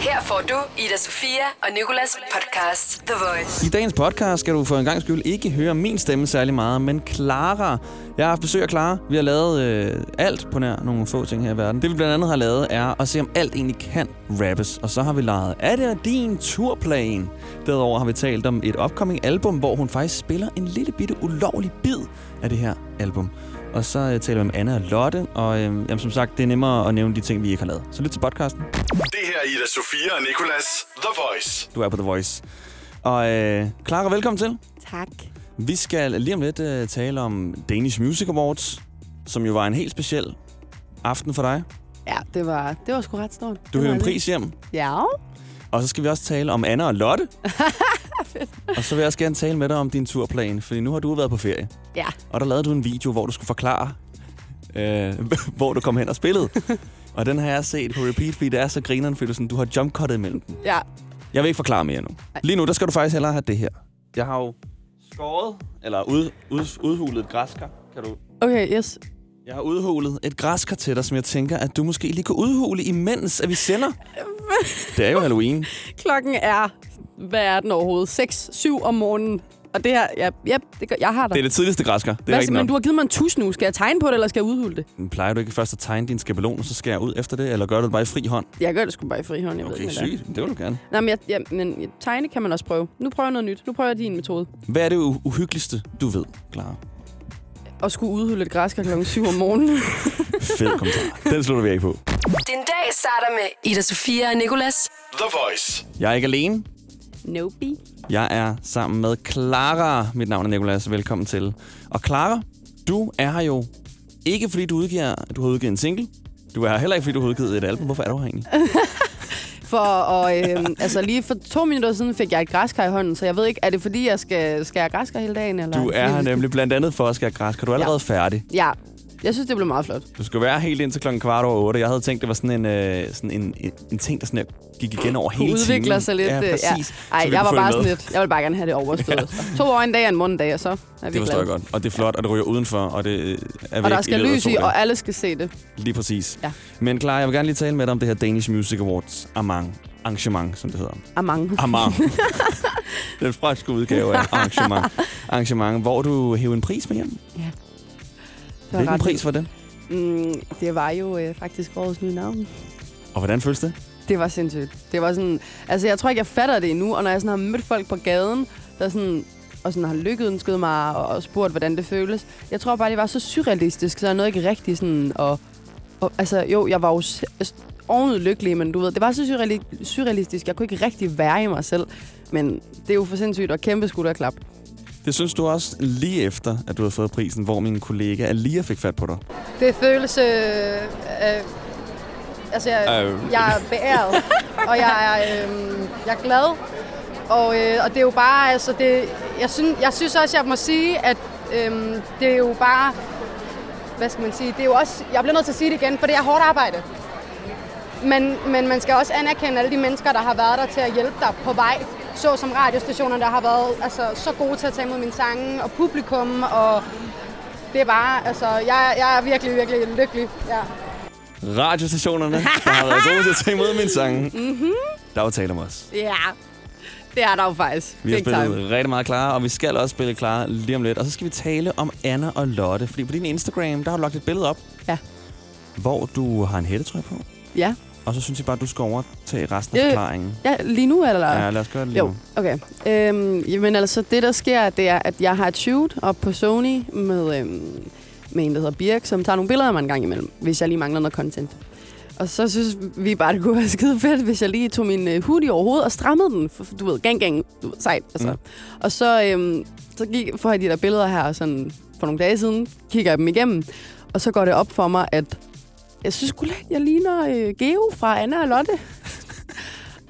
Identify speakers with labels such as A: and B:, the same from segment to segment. A: Her får du Ida Sofia og Nikolas podcast The Voice.
B: I dagens podcast skal du for en gang skyld ikke høre min stemme særlig meget, men Clara. Jeg har haft besøg af Clara. Vi har lavet øh, alt på nær nogle få ting her i verden. Det vi blandt andet har lavet er at se, om alt egentlig kan rappes. Og så har vi lejet, er det din turplan? Derudover har vi talt om et upcoming album, hvor hun faktisk spiller en lille bitte ulovlig bid af det her album. Og så øh, taler vi om Anna og Lotte, og øh, jamen, som sagt, det er nemmere at nævne de ting, vi ikke har lavet. Så lyt til podcasten.
C: Det her er Ida Sofia og Nikolas The Voice.
B: Du er på The Voice. Og øh, Clara, velkommen til.
D: Tak.
B: Vi skal lige om lidt uh, tale om Danish Music Awards, som jo var en helt speciel aften for dig.
D: Ja, det var, det var sgu ret stort. Det
B: Du
D: var
B: hører en
D: det.
B: pris hjem,
D: Ja.
B: og så skal vi også tale om Anna og Lotte. og så vil jeg også gerne tale med dig om din turplan, fordi nu har du været på ferie,
D: Ja,
B: og der lavede du en video, hvor du skulle forklare, øh, hvor du kom hen og spillede. og den har jeg set på repeat, fordi det er så grineren, fordi du, sådan, du har jumpcuttet imellem dem.
D: ja.
B: Jeg vil ikke forklare mere nu. Lige nu, der skal du faktisk hellere have det her. Jeg har jo skåret, eller ud, ud, udhulet et græskar. Kan du
D: Okay, yes.
B: Jeg har udhulet et græskar til dig, som jeg tænker, at du måske lige kan udhule, imens at vi sender. det er jo Halloween.
D: Klokken er, hvad er den overhovedet? 6, 7 om morgenen. Og det her, ja, ja det gør, jeg har dig.
B: Det er det tidligste græskar. Det er
D: Hvad,
B: rigtigt
D: men
B: nok.
D: du har givet mig en tus nu. Skal jeg tegne på det, eller skal jeg udhulde det?
B: Men Plejer du ikke først at tegne din skabelon, og så skærer ud efter det? Eller gør du det bare i fri hånd?
D: Jeg gør det sgu bare i frihånd, jeg ved
B: Okay,
D: ikke, hvad det er.
B: sygt. Det vil du gerne.
D: Nej, men, jeg, ja, men jeg- tegne kan man også prøve. Nu prøver jeg noget nyt. Nu prøver jeg din metode.
B: Hvad er det u- uhyggeligste, du ved, Clara?
D: At skulle udhulde et græskar klokken 7 om morgenen.
B: Fed kommentar. Den slutter vi af på.
A: Din dag starter med Ida Sofia og Nikolas.
C: The Voice.
B: Jeg er ikke alene.
D: nope.
B: Jeg er sammen med Clara. Mit navn er Nicolas. Velkommen til. Og Clara, du er her jo ikke fordi du, udgiver, du har udgivet en single. Du er her heller ikke fordi du har udgivet et album. Hvorfor er du her egentlig?
D: For og, øh, altså lige for to minutter siden fik jeg et græskar i hånden, så jeg ved ikke, er det fordi, jeg skal skære græskar hele dagen? Eller?
B: Du er her nemlig blandt andet for at skære græs. Kan du er allerede ja. færdig?
D: Ja, jeg synes, det blev meget flot.
B: Du skal være helt indtil klokken kvart over otte. Jeg havde tænkt, det var sådan en, øh, sådan en, en, en ting, der sådan her gik igen over hele tiden.
D: udvikler sig lidt.
B: Ja,
D: øh,
B: præcis.
D: Ja. Ej,
B: Så vi kunne
D: jeg var
B: få
D: bare
B: det
D: sådan
B: med.
D: lidt, jeg vil bare gerne have det overstået. ja. To år en dag og en måned en dag, og så er vi
B: Det forstår jeg
D: glade.
B: godt. Og det er flot, og det ryger udenfor, og det øh, er væk
D: Og der
B: i
D: skal
B: løbet af
D: lys
B: to
D: i,
B: dage.
D: og alle skal se det.
B: Lige præcis.
D: Ja.
B: Men klar, jeg vil gerne lige tale med dig om det her Danish Music Awards amang, arrangement, som det hedder.
D: Og mange.
B: Amang. Den franske udgave af arrangement. arrangement, hvor du hæver en pris med hjem.
D: Det
B: Hvilken pris var det?
D: Mm, det var jo øh, faktisk årets nye navn.
B: Og hvordan føles det?
D: Det var sindssygt. Det var sådan... Altså, jeg tror ikke, jeg fatter det endnu, og når jeg sådan har mødt folk på gaden, der sådan og sådan har lykkeønsket mig og, og spurgt, hvordan det føles. Jeg tror bare, det var så surrealistisk, så jeg nåede ikke rigtig sådan... Og, og, altså, jo, jeg var jo s- s- ovenud lykkelig, men du ved, det var så surreali- surrealistisk. Jeg kunne ikke rigtig være i mig selv. Men det er jo for sindssygt og kæmpe skulderklap.
B: Det synes du også lige efter, at du har fået prisen, hvor min kollega Alia fik fat på dig.
E: Det føles... Øh, øh, altså, jeg,
B: Øh.
E: øh. jeg er beæret, og jeg er, øh, jeg er glad. Og, øh, og det er jo bare... Altså, det, jeg, synes, jeg synes også, jeg må sige, at øh, det er jo bare... Hvad skal man sige? Det er jo også, jeg bliver nødt til at sige det igen, for det er hårdt arbejde. Men, men man skal også anerkende alle de mennesker, der har været der til at hjælpe dig på vej. Så som radiostationerne, der har været altså, så gode til at tage imod mine sange, og publikum, og det er bare, altså, jeg, jeg er virkelig, virkelig lykkelig. Ja.
B: Radiostationerne, der har været gode til at tage imod min sange. Mm-hmm. Der var tale om os.
D: Mhm. Ja, det er der jo faktisk.
B: Vi har
D: Big
B: spillet
D: time.
B: rigtig meget klare, og vi skal også spille klare lige om lidt. Og så skal vi tale om Anna og Lotte, fordi på din Instagram, der har du lagt et billede op,
D: Ja.
B: hvor du har en hættetrøje på.
D: Ja.
B: Og så synes jeg bare, at du skal overtage resten af
D: Øh,
B: forklaringen.
D: ja, lige nu eller?
B: Ja, lad os gøre det lige
D: Jo,
B: nu.
D: okay. Øhm, jamen altså, det der sker, det er, at jeg har et shoot op på Sony med, øhm, med en, der hedder Birk, som tager nogle billeder af mig en gang imellem, hvis jeg lige mangler noget content. Og så synes vi bare, det kunne være skide fedt, hvis jeg lige tog min øh, hoodie over hovedet og strammede den. For, for du ved, gang, gang, du ved, sejt. Altså.
B: Mm.
D: Mm. Og så, øhm, så gik, får jeg de der billeder her sådan, for nogle dage siden, kigger jeg dem igennem, og så går det op for mig, at jeg synes sgu lidt, jeg ligner øh, Geo fra Anna og Lotte.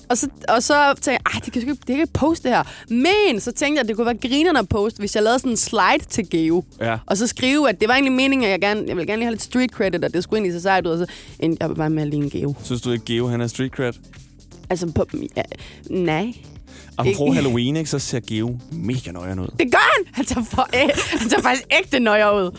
D: Og så, og så tænkte jeg, "Ej, det kan, jeg sgu ikke, det kan jeg ikke poste det her. Men så tænkte jeg, at det kunne være grinerne at poste, hvis jeg lavede sådan en slide til Geo.
B: Ja.
D: Og så skrive, at det var egentlig meningen, at jeg, gerne, jeg ville gerne lige have lidt street credit, og det skulle ind i society, og så endte jeg bare med at ligne Geo.
B: Synes du ikke, Geo han er street cred?
D: Altså, på, ja, nej.
B: Apropos
D: Ikke-
B: Halloween, ikke, så ser Geo mega nøjeren ud.
D: Det gør han! Han tager, for, øh, han tager faktisk ægte nøjer ud.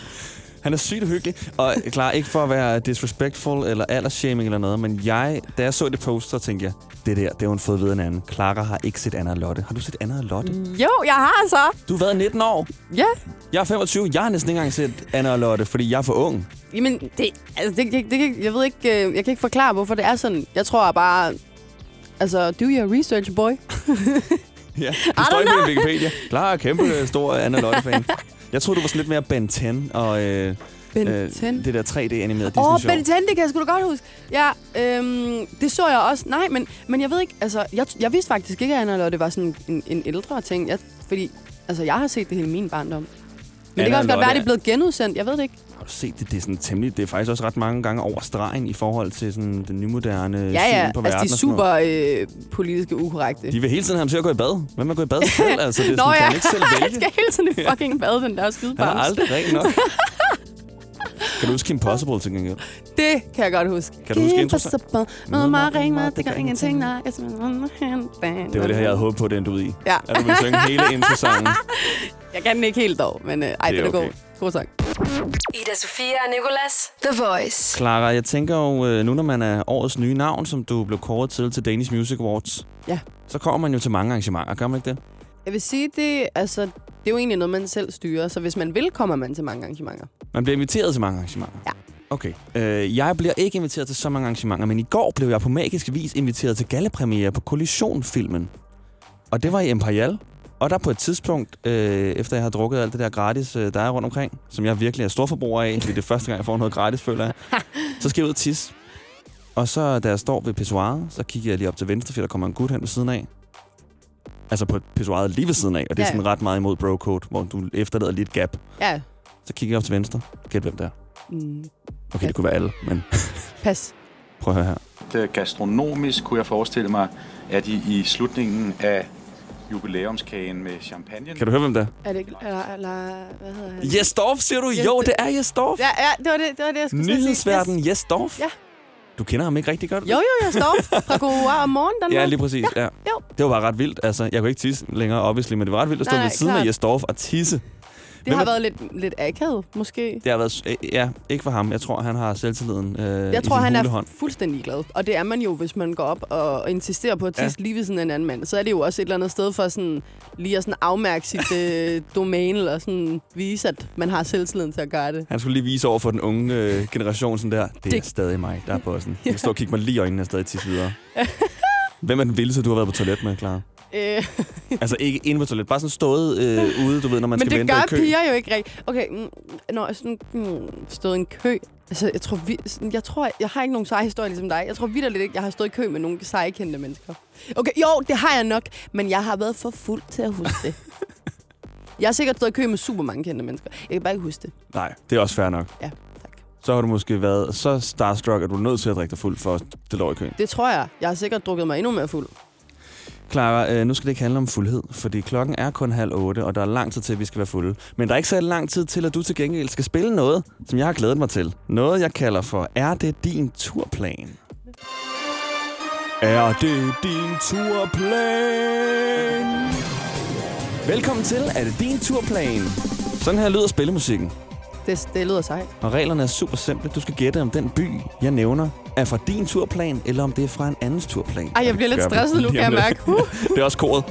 B: Han er sygt hyggelig. Og klar, ikke for at være disrespectful eller aldersshaming eller noget, men jeg, da jeg så det poster, tænkte jeg, det der, det har hun fået ved en anden. Clara har ikke set Anna og Lotte. Har du set Anna og Lotte? Mm.
D: Jo, jeg har så.
B: Du har været 19 år.
D: Ja.
B: Jeg er 25. Jeg har næsten ikke engang set Anna og Lotte, fordi jeg er for ung.
D: Jamen, det, altså, det, det, det, kan- jeg ved ikke, øh, jeg kan ikke forklare, hvorfor det er sådan. Jeg tror bare, altså, do your research, boy.
B: Ja, det
D: I
B: står
D: don't
B: ikke på
D: know.
B: din Wikipedia. Klar, kæmpe øh, stor Anna Lotte-fan. Jeg troede, du var sådan lidt mere Ben 10 og øh,
D: Ben
B: øh,
D: 10.
B: det der 3D-animerede Disney-show.
D: Åh, oh, Ben 10, det kan jeg sgu da godt huske. Ja, øhm, det så jeg også. Nej, men, men jeg ved ikke, altså, jeg, jeg vidste faktisk ikke, at Anna Lotte var sådan en, en ældre ting. Jeg, fordi, altså, jeg har set det hele min barndom. Men det kan
B: Anna
D: også godt være,
B: Lotte
D: at det er blevet genudsendt. Jeg ved det ikke.
B: Har du set det? Det er, sådan temmelig, det er faktisk også ret mange gange over stregen i forhold til sådan den nymoderne
D: Ja, ja.
B: syn på
D: Altså,
B: verden.
D: de er
B: og sådan noget.
D: super øh, politiske ukorrekte.
B: De vil hele tiden have ham til at gå i bad. Hvem man gå i bad selv? Altså, det er
D: Nå
B: sådan, kan
D: ja,
B: han ikke selv
D: han
B: vælge.
D: skal hele tiden i fucking bade, den der skide
B: Han er aldrig ren nok. kan du huske Kim Possible til gengæld?
D: Det kan jeg godt huske.
B: Kan du huske
D: Keep
B: introsangen?
D: us up, Mød mig, ring mig, det gør ingenting. Nej, jeg det
B: Det var det her, jeg havde håbet på, at det endte ud i.
D: Ja.
B: At du ville synge hele introsangen.
D: Jeg kan den ikke helt dog, men øh, ej,
B: Det
D: det
B: er
D: er god.
B: okay.
D: God sang.
A: Ida Sofia og Nicolas. The Voice.
B: Clara, jeg tænker jo, øh, nu når man er årets nye navn, som du blev kåret til til Danish Music Awards,
D: Ja.
B: så kommer man jo til mange arrangementer, gør man ikke det?
D: Jeg vil sige, det, altså, det er jo egentlig noget, man selv styrer, så hvis man vil, kommer man til mange arrangementer.
B: Man bliver inviteret til mange arrangementer?
D: Ja.
B: Okay. Øh, jeg bliver ikke inviteret til så mange arrangementer, men i går blev jeg på magisk vis inviteret til gallepremiere på Kollision-filmen. Og det var i Imperial. Og der på et tidspunkt, øh, efter jeg har drukket alt det der gratis, øh, der er rundt omkring, som jeg virkelig er storforbruger af, fordi det er første gang, jeg får noget gratis, føler jeg, så skal jeg ud og tisse. Og så, da jeg står ved pissoiret, så kigger jeg lige op til venstre, fordi der kommer en gut hen ved siden af. Altså på pissoiret lige ved siden af, og det er
D: Ja, ja.
B: sådan ret meget imod bro code, hvor du efterlader lige et gap.
D: Ja,
B: Så kigger jeg op til venstre. Gæt hvem der.
D: mm,
B: Okay, det kunne være alle, men
D: pas.
B: prøv at høre her.
F: Øh, gastronomisk kunne jeg forestille mig, at I i slutningen af jubilæumskagen med champagne...
B: Kan du høre, hvem der?
D: Er det ikke... Eller, eller hvad hedder han?
B: Jes Dorf, siger du? Jo, det er Jes Dorf.
D: Ja, ja, det var det, det, var det jeg skulle til at sige.
B: Nyhedsverden Jes Dorf.
D: Ja.
B: Du kender ham ikke rigtig godt?
D: Yes. Jo, jo, jeg står fra Goa om morgenen. Danmark.
B: Ja, lige præcis. Ja.
D: Jo.
B: Det var bare ret vildt. Altså, jeg kunne ikke tisse længere, obviously, men det var ret vildt at stå
D: Nej,
B: ved
D: nej,
B: siden af
D: klart.
B: Jes Dorf og tisse.
D: Det
B: Hvem
D: har
B: er-
D: været lidt, lidt akavet, måske.
B: Det har været... s- øh, Ja, ikke for ham. Jeg tror, han har selvtilliden øh,
D: Jeg tror,
B: i sin
D: han er
B: hulehånd.
D: fuldstændig glad. Og det er man jo, hvis man går op og insisterer på at
B: Ja.
D: tisse ja. lige ved sådan en anden mand. Så er det jo også et eller andet sted for sådan, lige at sådan afmærke sit øh, domæne, eller sådan vise, at man har selvtilliden til at gøre det.
B: Han skulle lige vise over for den unge øh, generation sådan der. Det, det er
D: Det-
B: stadig mig, der er på sådan. Jeg kan stå og kigge mig lige i øjnene og stadig tisse videre. Hvem er den vildeste, du har været på toilet med, Clara?
D: Øh,
B: Altså ikke inde på toilet, bare sådan stået øh, ude, du ved, når man
D: men
B: skal
D: det
B: vente i
D: gør
B: kø.
D: piger jo ikke rigtigt. Okay, mm, når jeg sådan, mm, stået i en kø... Altså, jeg tror, vi, sådan, jeg, tror jeg, jeg har ikke nogen seje historie ligesom dig. Jeg tror vidt lidt ikke, jeg har stået i kø med nogle seje kendte mennesker. Okay, jo, det har jeg nok, men jeg har været for fuld til at huske det. jeg har sikkert stået i kø med super mange kendte mennesker. Jeg kan bare ikke huske det.
B: Nej, det er også fair nok.
D: Ja, tak.
B: Så har du måske været så starstruck, at du er nødt til at drikke dig fuld for at det lå i køen.
D: Det tror jeg. Jeg har sikkert drukket mig endnu mere fuld.
B: Clara, øh, nu skal det ikke handle om fuldhed, fordi klokken er kun halv otte, og der er lang tid til, at vi skal være fulde. Men der er ikke så lang tid til, at du til gengæld skal spille noget, som jeg har glædet mig til. Noget, jeg kalder for Er det din turplan? Er det din turplan? Velkommen til Er det din turplan? Sådan her lyder spillemusikken.
D: Det, det lyder sejt.
B: Og reglerne er super simple. Du skal gætte, om den by, jeg nævner, er fra din turplan, eller om det er fra en andens turplan.
D: Ej, jeg bliver lidt
B: Gør vi
D: stresset nu,
B: lige
D: kan
B: om
D: jeg
B: lidt.
D: mærke. Uh.
B: det er også koret.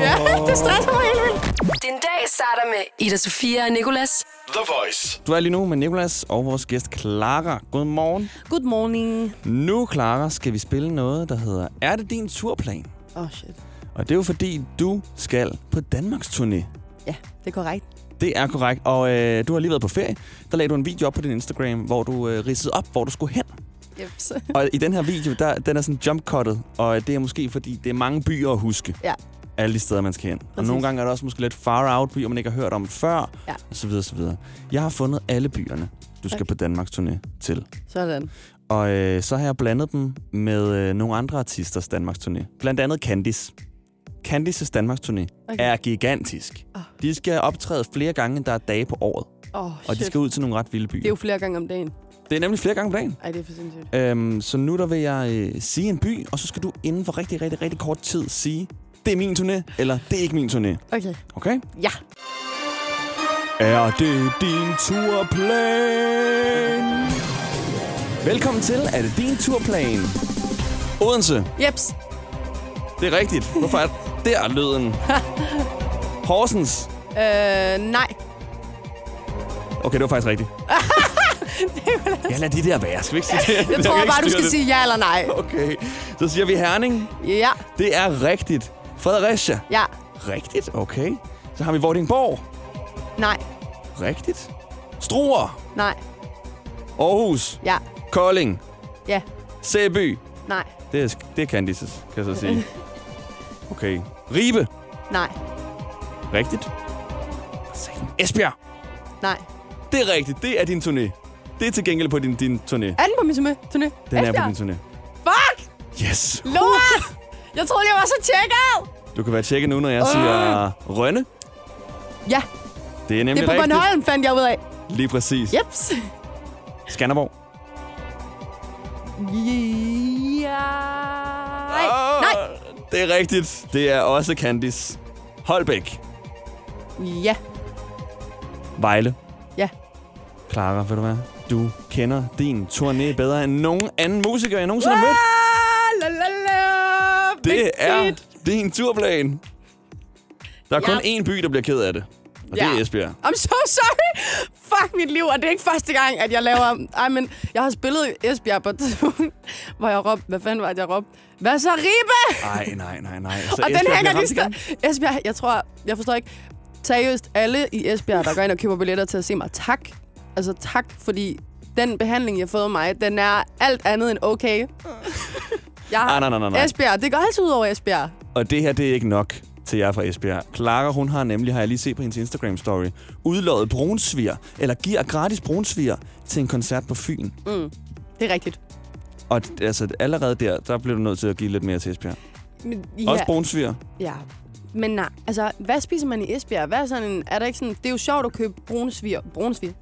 D: Ja, det stresser mig helt vildt.
A: Din dag starter med Ida Sofia og Nicolas.
C: The Voice.
B: Du er lige nu med Nicolas og vores gæst Clara. Godmorgen.
D: Good morning.
B: Nu, Clara, skal vi spille noget, der hedder Er det din turplan?
D: Åh, oh, shit.
B: Og det er jo fordi, du skal på Danmarks turné.
D: Ja, det er korrekt.
B: Det er korrekt. Og øh, du har lige været på ferie. Der lagde du en video op på din Instagram, hvor du øh, ridsede op, hvor du skulle hen.
D: Jeps.
B: Og i den her video, der, den er sådan jump-cuttet, og det er måske fordi, det er mange byer at huske.
D: Ja.
B: Alle de steder, man skal hen. Og
D: Præcis.
B: nogle gange er der også måske lidt far out byer, man ikke har hørt om før,
D: Ja.
B: og så videre, så videre. Jeg har fundet alle byerne, du skal okay.
D: Okay.
B: på Danmarks turné til.
D: Sådan.
B: Og øh, så har jeg blandet dem med øh, nogle andre artisters Danmarks turné. Blandt andet Candice. Candices Danmarks turné okay.
D: Okay.
B: er gigantisk.
D: Ah.
B: De skal optræde flere gange, end der er dage på året.
D: Åh,
B: Og de
D: shit.
B: skal ud til nogle ret vilde byer.
D: Det er jo flere gange om dagen.
B: det er nemlig flere gange om dagen.
D: Ej, det er for sindssygt.
B: Øhm, så nu der vil jeg øh, sige en by, og så skal du inden for rigtig, rigtig, rigtig kort tid sige, det er min turné, eller det er ikke min turné.
D: Okay.
B: Okay?
D: Ja.
B: Er det din turplan? Velkommen til Er det din turplan? Odense.
D: Jeps.
B: Det er rigtigt. Hvorfor er der lyden? Horsens.
D: Øh, nej.
B: Okay, det var faktisk rigtigt. Jeg lader de der være. Skal vi ikke sige det?
D: Jeg tror bare, du skal sige ja eller nej.
B: Okay, så siger vi Herning.
D: Ja,
B: Det er rigtigt. Fredericia.
D: ja,
B: Rigtigt, okay. Så har vi Vordingborg.
D: nej,
B: Rigtigt. Struer.
D: nej,
B: Aarhus.
D: ja,
B: Kolding.
D: ja,
B: Sæby.
D: nej,
B: Det er, sk- det er Candices, kan jeg så sige. Okay. Ribe.
D: nej,
B: Rigtigt. For satan. Esbjerg.
D: nej.
B: Det er rigtigt. Det er din turné. Det er til gengæld på din, din turné.
D: Er den på min turné? turné?
B: Den er på
D: Esbjerg?
B: din turné.
D: Fuck!
B: Yes.
D: Lort! Jeg troede, jeg var så tjekket!
B: Du kan være tjekket nu, når jeg siger Rønne.
D: Ja,
B: Det er
D: det
B: nemlig
D: er på
B: rigtigt.
D: Bornholm, fandt jeg ud af.
B: Lige præcis.
D: Jeps.
B: Skanderborg.
D: Ja. Nej,
B: Åh,
D: nej.
B: Det er rigtigt. Det er også Candice. Holbæk.
D: Ja,
B: Vejle.
D: ja.
B: Clara, ved du hvad? Du kender din turné bedre end nogen anden musiker, jeg nogensinde har mødt.
D: Ah, la, la, la.
B: Det er
D: Vigtigt.
B: din turplan. Der er kun én by, der bliver ked af det. Og det
D: Ja.
B: er Esbjerg.
D: I'm so sorry. Fuck mit liv, og det er ikke første gang, at jeg laver... Ej, men jeg har spillet i Esbjerg på et tidspunkt, hvor jeg råbte... Hvad fanden var det, jeg råbte? Hvad så, Ribe?
B: Nej, nej, nej, nej. Så
D: og den
B: Esbjerg
D: hænger
B: bliver
D: lige
B: ramt igen.
D: stadig... Esbjerg, jeg tror... Jeg forstår ikke. Seriøst, alle i Esbjerg, der går ind og køber billetter til at se mig, tak. Altså tak, fordi den behandling, jeg har fået af mig, den er alt andet end okay. Jeg har...
B: Ah, nej, nej, nej, nej.
D: Esbjerg, det går altid ud over Esbjerg.
B: Og det her, det er ikke nok til jer fra Esbjerg. Clara, hun har nemlig, har jeg lige set på hendes Instagram-story, udlået brunsviger, eller giver gratis brunsviger til en koncert på Fyn.
D: Det er rigtigt.
B: Og d- altså, allerede der, der bliver du nødt til at give lidt mere til Esbjerg.
D: Men,
B: Ja. Også brunsviger.
D: Ja. Men nej, altså, hvad spiser man i Esbjerg? Hvad er, sådan en, er der ikke sådan, det er jo sjovt at købe brunsviger, brunsviger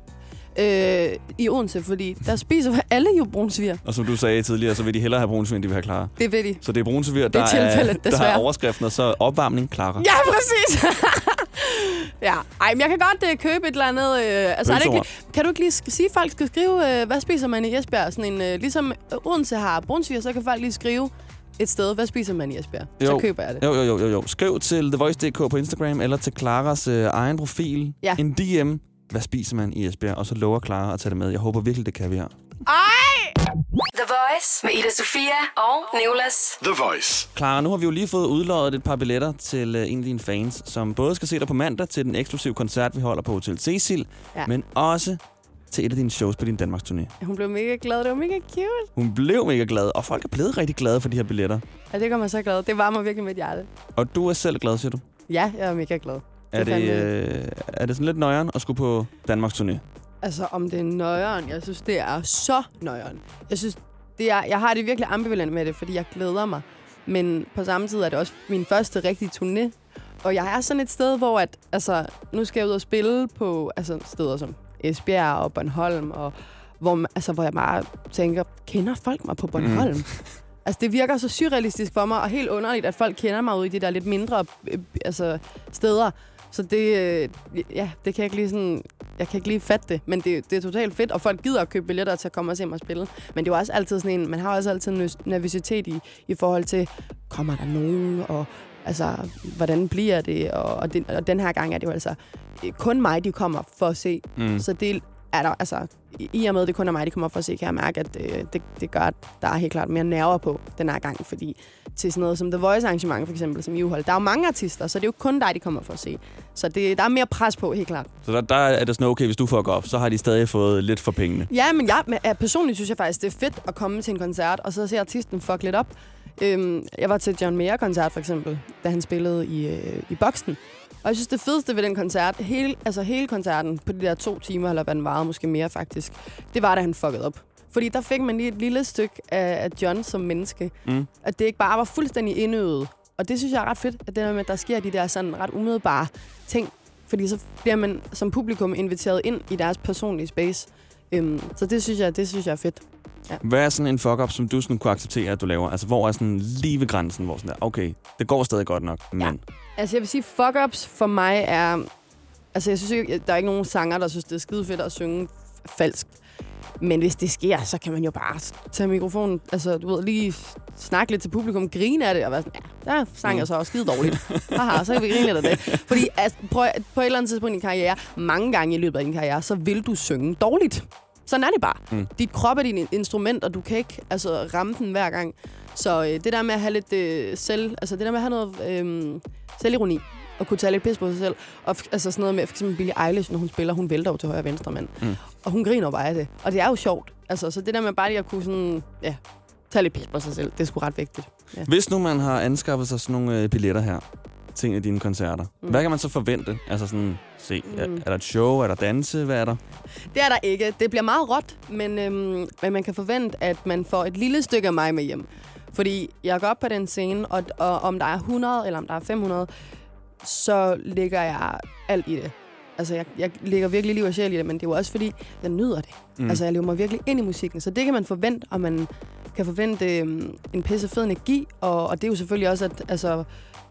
D: øh, i Odense, fordi der spiser alle jo brunsviger.
B: Og som du sagde tidligere, så vil de hellere have brunsviger, end de vil have Clara.
D: Det ved de.
B: Så det er brunsviger,
D: Det er
B: der,
D: tilfældet,
B: der er
D: desværre.
B: overskriften, og så opvarmning, Clara.
D: Ja, præcis. ja, ej, men jeg kan godt øh, købe et eller andet... Øh, altså, er det ikke, lige- kan du ikke lige sk- sige, at folk skal skrive, øh, hvad spiser man i Esbjerg? Sådan en, øh, ligesom Odense har brunsviger, så kan folk lige skrive et sted, hvad spiser man i Esbjerg? Så køber jeg det.
B: Jo, jo, jo, jo, jo. Skriv til TheVoice.dk på Instagram, eller til Claras øh, egen profil.
D: Ja.
B: En DM. Hvad spiser man i Esbjerg? Og så lover Clara at tage det med. Jeg håber virkelig, det kan vi her.
A: The Voice med Ida Sofia og Nicolas.
C: The Voice.
B: Clara, nu har vi jo lige fået udløjet et par billetter til øh, en af dine fans, som både skal se dig på mandag til den eksklusive koncert, vi holder på Hotel Cecil,
D: Ja.
B: men også til et af dine shows på din Danmarks turné.
D: Hun blev mega glad. Det var mega cute.
B: Hun blev mega glad, og folk er blevet rigtig glade for de her billetter.
D: Ja, det gør mig så glad. Det varmer virkelig mit hjerte.
B: Og du er selv glad, siger du?
D: Ja, jeg er mega glad.
B: Er det,
D: fandme-
B: øh, er det sådan lidt nøjeren at skulle på Danmarks turné?
D: Altså, om det er nøjeren. Jeg synes, det er så nøjeren. Jeg synes, det er, jeg har det virkelig ambivalent med det, fordi jeg glæder mig. Men på samme tid er det også min første rigtige turné. Og jeg er sådan et sted, hvor at, altså, nu skal jeg ud og spille på altså, steder som Esbjerg og Bornholm, og hvor, man- altså, hvor jeg bare tænker, kender folk mig på Bornholm? Mm. Altså, det virker så surrealistisk for mig, og helt underligt, at folk kender mig ude i de der lidt mindre øh, altså, steder. Så det, øh, ja, det kan jeg ikke lige sådan, jeg kan ikke lige fatte det, men det, det er totalt fedt, og folk gider at købe billetter til at komme og se mig spille. Men det er jo også altid sådan en, man har jo også altid en nervøs- nervøsitet i, i forhold til, kommer der nogen, og altså, hvordan bliver det, og, og, den, og den her gang er det jo altså øh, kun mig, de kommer for at se. Mm. Så det er der, altså, i- i og med, at det kun er mig, de kommer for at se, kan jeg mærke, at øh, det, det gør, at der er helt klart mere nerver på den her gang, fordi til sådan noget som The Voice arrangement, for eksempel, som I holder, der er jo mange artister, så det er jo kun dig, de kommer for at se. Så det, der er mere pres på, helt klart.
B: Så der, der er det sådan, okay, hvis du fucker op, så har de stadig fået lidt for pengene.
D: Ja, men jeg men, øh, personligt synes jeg faktisk, det er fedt at komme til en koncert, og så se artisten fuck lidt op. Øhm, jeg var til John Mayer-koncert for eksempel, da han spillede i, øh, i boksen. Og jeg synes, det fedeste ved den koncert, hele, altså hele koncerten på de der to timer, eller hvad den varede, måske mere faktisk, det var, da han fuckede op. Fordi der fik man lige et lille stykke af, af John som menneske. Mm. At det ikke bare var fuldstændig indøvet. Og det synes jeg er ret fedt, at det der med, at der sker de der sådan ret umiddelbare ting. Fordi så bliver man som publikum inviteret ind i deres personlige space. Øhm, så det synes jeg, det synes jeg er fedt.
B: Hvad er sådan en fuck-up, som du sådan kunne acceptere, at du laver? Altså, hvor er sådan lige ved grænsen, hvor sådan der, okay, det går stadig godt nok, men... Ja.
D: Altså jeg vil sige, fuck-ups for mig er Altså, jeg synes ikke, der er ikke nogen sanger, der synes, det er skide fedt at synge f- falsk. Men hvis det sker, så kan man jo bare tage mikrofonen, altså du ved, lige snakke lidt til publikum, grine af det, og være sådan, ja, der sang jeg så også skide dårligt. Haha, så kan vi grine lidt af det. Fordi altså, prøv, at- på et eller andet tidspunkt i din karriere, mange gange i løbet af din karriere, så vil du synge dårligt. Sådan er det bare. Mm. Dit krop er din instrument, og du kan ikke altså, ramme den hver gang. Så øh, det der med at have lidt øh, selv, altså det der med at have noget øh, selvironi, og kunne tage lidt pis på sig selv. Og f- altså sådan noget med, for eksempel Billie Eilish, når hun spiller, hun vælter jo til højre og venstre, mand. Mm. Og hun griner jo bare af det. Og det er jo sjovt. Altså, så det der med bare lige at kunne sådan, ja, tage lidt pis på sig selv, det er sgu ret vigtigt. Ja.
B: Hvis nu man har anskaffet sig sådan nogle øh, billetter her til en af dine koncerter, mm. hvad kan man så forvente? Altså sådan, se, mm. er, er der et show? Er der danse? Hvad er der?
D: Det er der ikke. Det bliver meget råt, men, øhm, men man kan forvente, at man får et lille stykke af mig med hjem. Fordi jeg går op på den scene, og, og om der er 100 eller om der er 500, så lægger jeg alt i det. Altså, jeg, jeg lægger virkelig liv og sjæl i det, men det er jo også fordi, jeg nyder det. Mm. Altså, jeg lever mig virkelig ind i musikken, så det kan man forvente, og man kan forvente øhm, en pisse fed energi, og, og det er jo selvfølgelig også, at, altså,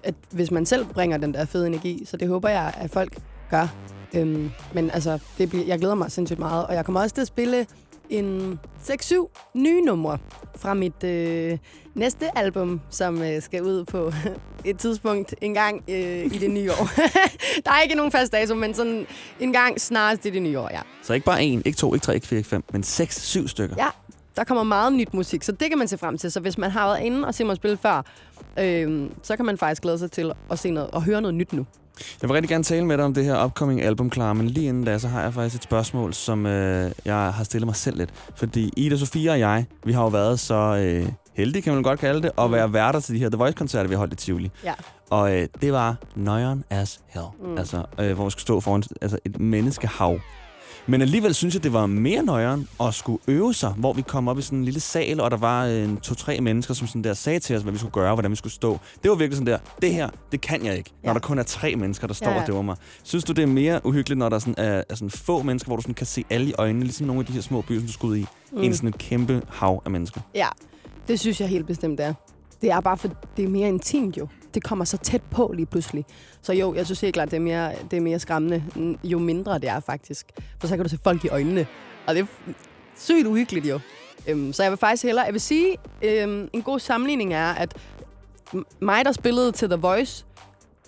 D: at hvis man selv bringer den der fede energi, så det håber jeg, at folk gør. Øhm, men altså, det bliver, jeg glæder mig sindssygt meget, og jeg kommer også til at spille en 6-7 nye numre fra mit øh, næste album, som øh, skal ud på et tidspunkt en gang øh, i det nye år. Der er ikke nogen fast dato, men sådan en gang snarest i det nye år, ja.
B: Så ikke bare en, ikke to, ikke tre, ikke fire, ikke fem, men seks, syv stykker.
D: Ja, der kommer meget nyt musik, så det kan man se frem til. Så hvis man har været inde og set mig spille før, øh, så kan man faktisk glæde sig til at se noget og høre noget nyt nu.
B: Jeg vil rigtig gerne tale med dig om det her upcoming album, Clara, men lige inden da, så har jeg faktisk et spørgsmål, som øh, jeg har stillet mig selv lidt. Fordi Ida, Sofia og jeg, vi har jo været så øh, heldige, kan man godt kalde det, at være værter til de her The Voice-koncerter, vi har holdt i Tivoli.
D: Ja.
B: Og øh, det var nøjeren as hell. Mm. Altså, øh, hvor vi skulle stå foran altså, et menneskehav. Men alligevel synes jeg, det var mere nøjeren at skulle øve sig, hvor vi kom op i sådan en lille sal, og der var øh, to-tre mennesker, som sådan der sagde til os, hvad vi skulle gøre, hvordan vi skulle stå. Det var virkelig sådan der, det her, det kan jeg ikke, ja. når
D: Ja.
B: der kun er tre mennesker, der står
D: Ja,
B: ja,
D: ja.
B: og dømmer mig. Synes du, det er mere uhyggeligt, når der sådan er, er sådan få mennesker, hvor du sådan kan se alle i øjnene, ligesom nogle af de her små byer, som du skulle ud i, mm. ind i sådan et kæmpe hav af mennesker?
D: Ja, det synes jeg helt bestemt det er. Det er bare for, det er mere intimt jo. Det kommer så tæt på lige pludselig. Så jo, jeg synes helt klart, det er mere, det er mere skræmmende, n- jo mindre det er faktisk. For så kan du se folk i øjnene. Og det er f- sygt uhyggeligt jo. Øhm, så jeg vil faktisk hellere, jeg vil sige, øhm, en god sammenligning er, at m- mig, der spillede til The Voice,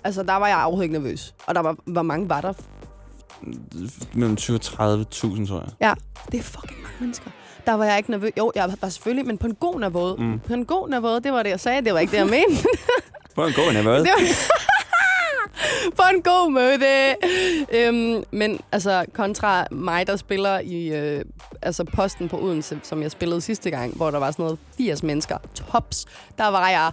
D: altså der var jeg afhængig nervøs. Og der var, hvor mange var der?
B: Mellem 20 og 30.000, tror jeg.
D: Ja, det er fucking mange mennesker. Der var jeg ikke nervøs. Jo, jeg var selvfølgelig, men på en god nervøs. Mm. På en god nervøs, det var det, jeg sagde. Det var ikke det, jeg mente.
B: Hvor en god nervøs.
D: Det var... på en god måde. Øhm, men altså, kontra mig, der spiller i øh, altså posten på Odense, som jeg spillede sidste gang, hvor der var sådan noget 80 mennesker, tops, der var jeg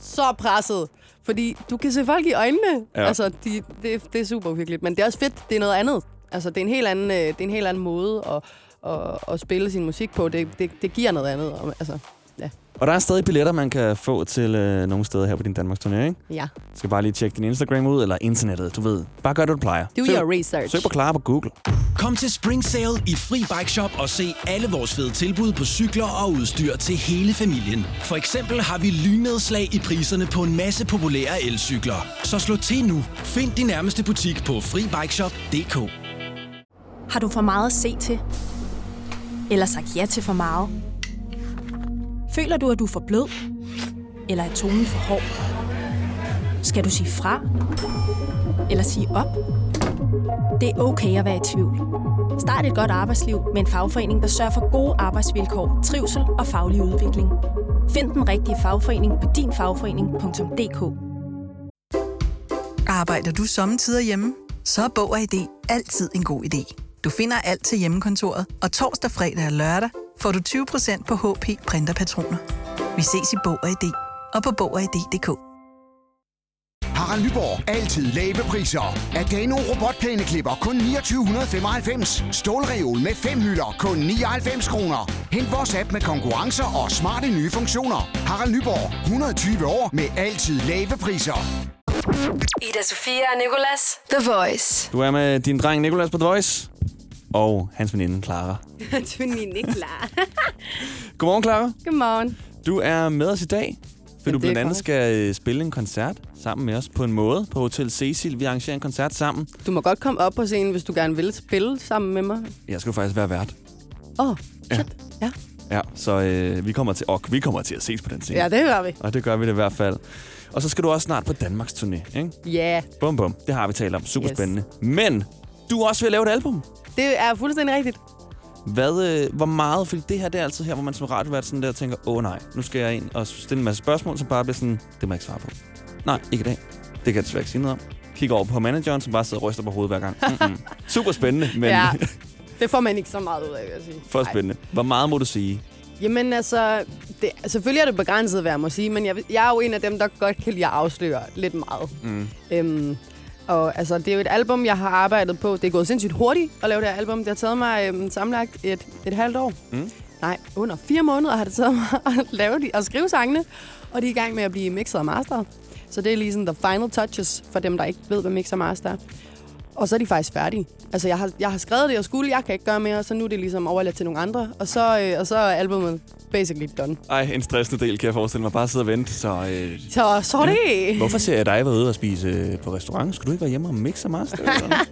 D: så presset. Fordi du kan se folk i øjnene.
B: Ja.
D: Ja. Altså, de, det, det er super uhyggeligt. Men det er også fedt, det er noget andet. Altså, det er en helt anden, øh, det er en helt anden måde at, at, at spille sin musik på. Det, det, det giver noget andet. Og, altså, ja.
B: Og der er stadig billetter, man kan få til øh, nogle steder her på din Danmarks turné, ikke?
D: ja.
B: Du skal bare lige tjekke din Instagram ud, eller internettet, du ved. Bare gør det, du plejer.
D: Do
B: søg,
D: your research.
B: Søg på Clara på Google.
G: Kom til Spring Sale i Fri Bike Shop og se alle vores fede tilbud på cykler og udstyr til hele familien. For eksempel har vi lynedslag i priserne på en masse populære elcykler. Så slå til nu. Find din nærmeste butik på FriBikeShop.dk
H: Har du for meget at se til? Eller sagt ja til for meget? Føler du, at du er for blød? Eller er tonen for hård? Skal du sige fra? Eller sige op? Det er okay at være i tvivl. Start et godt arbejdsliv med en fagforening, der sørger for gode arbejdsvilkår, trivsel og faglig udvikling. Find den rigtige fagforening på dinfagforening.dk.
I: Arbejder du sommetider hjemme? Så er Bog og ID altid en god idé. Du finder alt til hjemmekontoret, og torsdag, fredag og lørdag får du 20% på HP Printerpatroner. Vi ses i Bog og ID og på Bog og ID.dk.
J: Harald Nyborg. Altid lave priser. Adano robotplæneklipper kun 2995. Stålreol med fem hylder kun 99 kroner. Hent vores app med konkurrencer og smarte nye funktioner. Harald Nyborg. 120 år med altid lave priser.
A: Ida Sofia og Nicolas. The Voice.
B: Du er med din dreng Nikolas på The Voice, og hans veninde Clara.
D: Tunin, ikke klar.
B: Godmorgen, Clara.
D: Godmorgen.
B: Du er med os i dag For ja, du
D: det er
B: blandt andet
D: korrekt.
B: skal øh, spille en koncert sammen med os på en måde på Hotel Cecil. Vi arrangerer en koncert sammen.
D: Du må godt komme op på scenen, hvis du gerne vil spille sammen med mig.
B: Jeg skal jo faktisk være vært.
D: Åh, oh, shit. Ja.
B: Ja, så øh, vi, kommer til, og vi kommer til at ses på den scene.
D: Ja, det gør vi.
B: Og det gør vi det i hvert fald. Og så skal du også snart på Danmarks turné, ikke?
D: Ja,
B: Bum, bum. Det har vi talt om. Super spændende. Men du er også ved at lave et album.
D: det er fuldstændig rigtigt.
B: Hvad, øh, hvor meget, fordi det her det er altid her, hvor man som radiovært sådan der tænker, åh oh, nej, nu skal jeg ind og stille en masse spørgsmål, som bare bliver sådan, det må jeg ikke svare på. Nej, ikke i dag. Det kan jeg desværre ikke sige noget om. Kig over på manageren, som bare sidder og ryster på hovedet hver gang. Mm-mm. Super spændende, men ja.
D: Ja. Det får man ikke så meget ud af, vil jeg sige.
B: for spændende. Hvor meget må du sige?
D: Jamen altså, det, selvfølgelig er det begrænset, hvad jeg må sige, men jeg, jeg er jo en af dem, der godt kan lide at afsløre lidt meget.
B: Mm.
D: Øhm, og altså, det er jo et album, jeg har arbejdet på. Det er gået sindssygt hurtigt at lave det her album. Det har taget mig øhm, sammenlagt et, et halvt år.
B: Mm.
D: Nej, under fire måneder har det taget mig at lave de, at skrive sangene. Og de er i gang med at blive mixet og masteret. Så det er lige sådan the final touches for dem, der ikke ved, hvad mix og master er. Og så er de faktisk færdige. Altså, jeg har, jeg har skrevet det, jeg skulle. Jeg kan ikke gøre mere, så nu er det ligesom overladt til nogle andre. Og så, øh, og så er albumet basically done.
B: Ej, en stressende del, kan jeg forestille mig. Bare sidde og vente, så... Øh...
D: Så sorry!
B: Hvorfor ser jeg dig være ude og spise øh, på restaurant? Skal du ikke være hjemme og mixe og master? eller noget?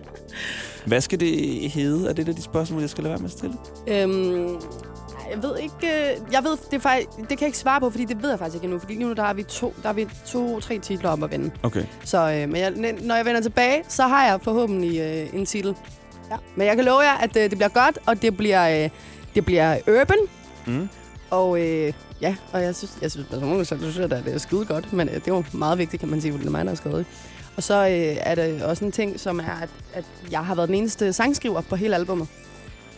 B: Hvad skal det hedde? Er det der de spørgsmål, jeg skal lade være med at stille?
D: Øhm, ej, jeg ved ikke... øh, Jeg ved, det, er faktisk, det kan jeg ikke svare på, fordi det ved jeg faktisk ikke endnu. Fordi lige nu der har vi to, der har vi to, tre titler op at vende.
B: Okay.
D: Så øh, men jeg, når jeg vender tilbage, så har jeg forhåbentlig øh, en titel. Ja. Men jeg kan love jer, at øh, det bliver godt, og det bliver, øh, det bliver urban.
B: Mm.
D: Og øh, ja, og jeg synes, jeg synes personligt, så synes jeg, at det er skide godt. Men øh, det er jo meget vigtigt, kan man sige, fordi det er mig, der har skrevet det. Og så øh, er det også en ting, som er, at, at jeg har været den eneste sangskriver på hele albumet.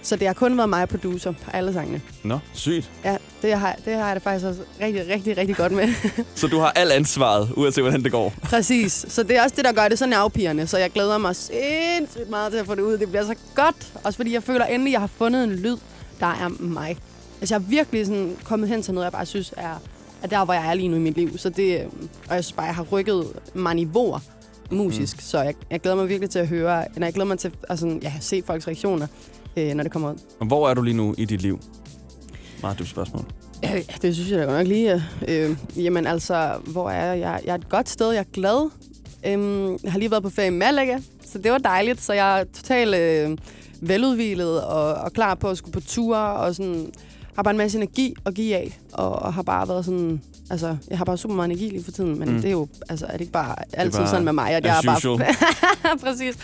D: Så det har kun været mig og producer på alle sangene.
B: Nå, sygt.
D: Ja, det har, det har jeg det faktisk også rigtig, rigtig, rigtig godt med.
B: Så du har alt ansvaret, uanset hvordan det går.
D: Præcis. Så det er også det, der gør det så nervepirrende. Så jeg glæder mig sindssygt meget til at få det ud. Det bliver så godt. Også fordi jeg føler endelig, jeg har fundet en lyd, der er mig. Altså jeg er virkelig sådan kommet hen til noget, jeg bare synes er, er der, hvor jeg er lige nu i mit liv. Så det, øh, og jeg synes bare, jeg har rykket mig niveauer musisk. Mm. Så jeg, jeg, glæder mig virkelig til at høre, eller jeg glæder mig til at sådan, ja, se folks reaktioner, øh, når det kommer ud.
B: Og Hvor er du lige nu i dit liv? Meget dybt spørgsmål.
D: Øh, Ja, det synes jeg da godt nok lige. Øh, jamen altså, hvor er jeg? jeg? Jeg er et godt sted, jeg er glad. Øhm, jeg har lige været på ferie i Malaga, så det var dejligt. Så jeg er totalt øh, veludvilet og, og klar på at skulle på ture og sådan har bare en masse energi at give af, og, og har bare været sådan... Altså, jeg har bare super meget energi lige for tiden, men
B: Mm.
D: mm. det er jo... Altså, er det ikke bare altid
B: bare
D: bare sådan med mig, at
B: as
D: jeg er
B: usual.
D: bare... Præcis.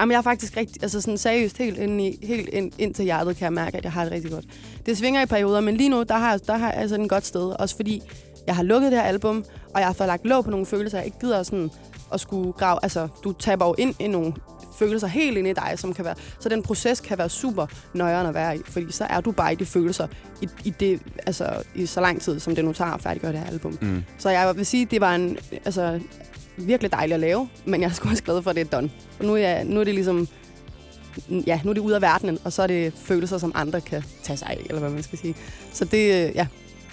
D: Jamen, jeg er faktisk rigtig... Altså, sådan seriøst, helt, ind, i, helt ind, ind til hjertet kan jeg mærke, at jeg har det rigtig godt. Det svinger i perioder, men lige nu, der har, jeg- der har jeg sådan et godt sted. Også fordi jeg har lukket det her album, og jeg har fået lagt låg på nogle følelser, jeg ikke gider sådan at skulle grave... Altså, du taber jo ind i nogle følelser helt inde i dig, som kan være... Så den proces kan være super nøjeren at være i, fordi så er du bare i de følelser i, i, det, altså, i så lang tid, som det nu tager at færdiggøre det her album.
B: Mm.
D: Så jeg vil sige, det var en, altså, virkelig dejligt at lave, men jeg er sgu også glad for, at det er done. Og nu er, jeg, nu er det ligesom... Ja, nu er det ude af verdenen, og så er det følelser, som andre kan tage sig af, eller hvad man skal sige. Så det, øh, ja, jeg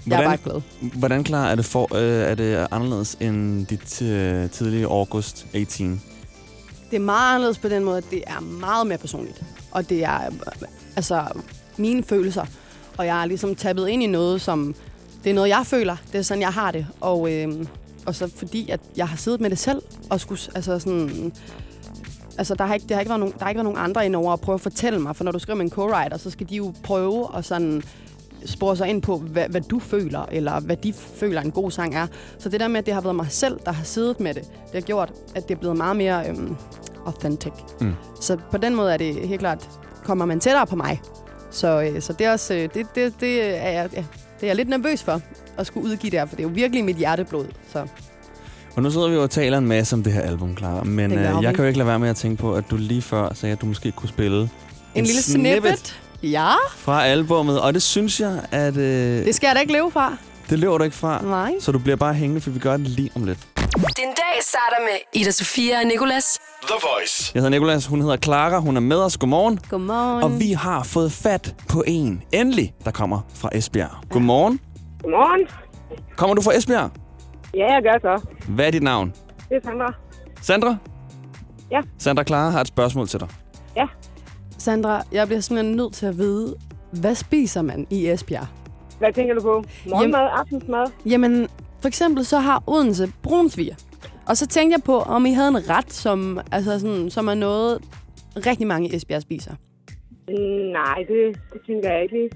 D: Hvordan? er bare glad.
B: Hvordan klar er det, for, øh, er det anderledes end dit øh, tidlige august 18?
D: Det er meget anderledes på den måde, at det er meget mere personligt. Og det er øh, altså mine følelser. Og jeg er ligesom tappet ind i noget, som... Det er noget, jeg føler. Det er sådan, jeg har det. Og, øh, og så fordi, at jeg har siddet med det selv, og skulle... s- Altså sådan... Altså, der har, ikke, der, har ikke været nogen, der har ikke været nogen andre indover at prøve at fortælle mig, for når du skriver med en co-writer, så skal de jo prøve at sådan spore sig ind på, hvad, hvad du føler, eller hvad de føler, en god sang er. Så det der med, at det har været mig selv, der har siddet med det, det har gjort, at det er blevet meget mere øhm, authentic.
B: Mm.
D: Så på den måde er det helt klart, kommer man tættere på mig. Så, øh, så det er også, øh, det, det, det er jeg, ja, det er jeg lidt nervøs for, at skulle udgive det her, for det er jo virkelig mit hjerteblod. Så
B: Og nu sidder vi jo og taler en masse om det her album, klar. Men
D: Det
B: øh,
D: gør vi.
B: jeg kan jo ikke lade være med at tænke på, at du lige før sagde, at du måske kunne spille en,
D: en, en lille snippet. snippet. Ja,
B: fra albummet. Og det synes jeg, at øh,
D: det
B: det,
D: skal jeg da ikke leve fra.
B: det løber du ikke fra.
D: Nej.
B: Så du bliver bare hængende, for vi gør det lige om lidt.
A: Din dag starter med Ida Sofia og Nicolas.
C: The Voice.
B: Jeg hedder Nikolas, hun hedder Clara, hun er med os. Godmorgen.
D: Godmorgen.
B: Og vi har fået fat på en, endelig, der kommer fra Esbjerg. Godmorgen.
K: Godmorgen.
B: Kommer du fra Esbjerg?
K: Ja, jeg gør så.
B: Hvad er dit navn?
K: Det er Sandra.
B: Sandra?
K: Ja.
B: Sandra Clara har et spørgsmål til dig.
D: Sandra, jeg bliver simpelthen nødt til at vide, hvad spiser man i Esbjerg?
K: Hvad tænker du på? Morgenmad, aftensmad?
D: Jamen, For eksempel så har Odense brunsviger. Og så tænkte jeg på, om I havde en ret, som, altså sådan, som er noget, rigtig mange i Esbjerg spiser.
K: Nej, det, det tænker jeg ikke lige.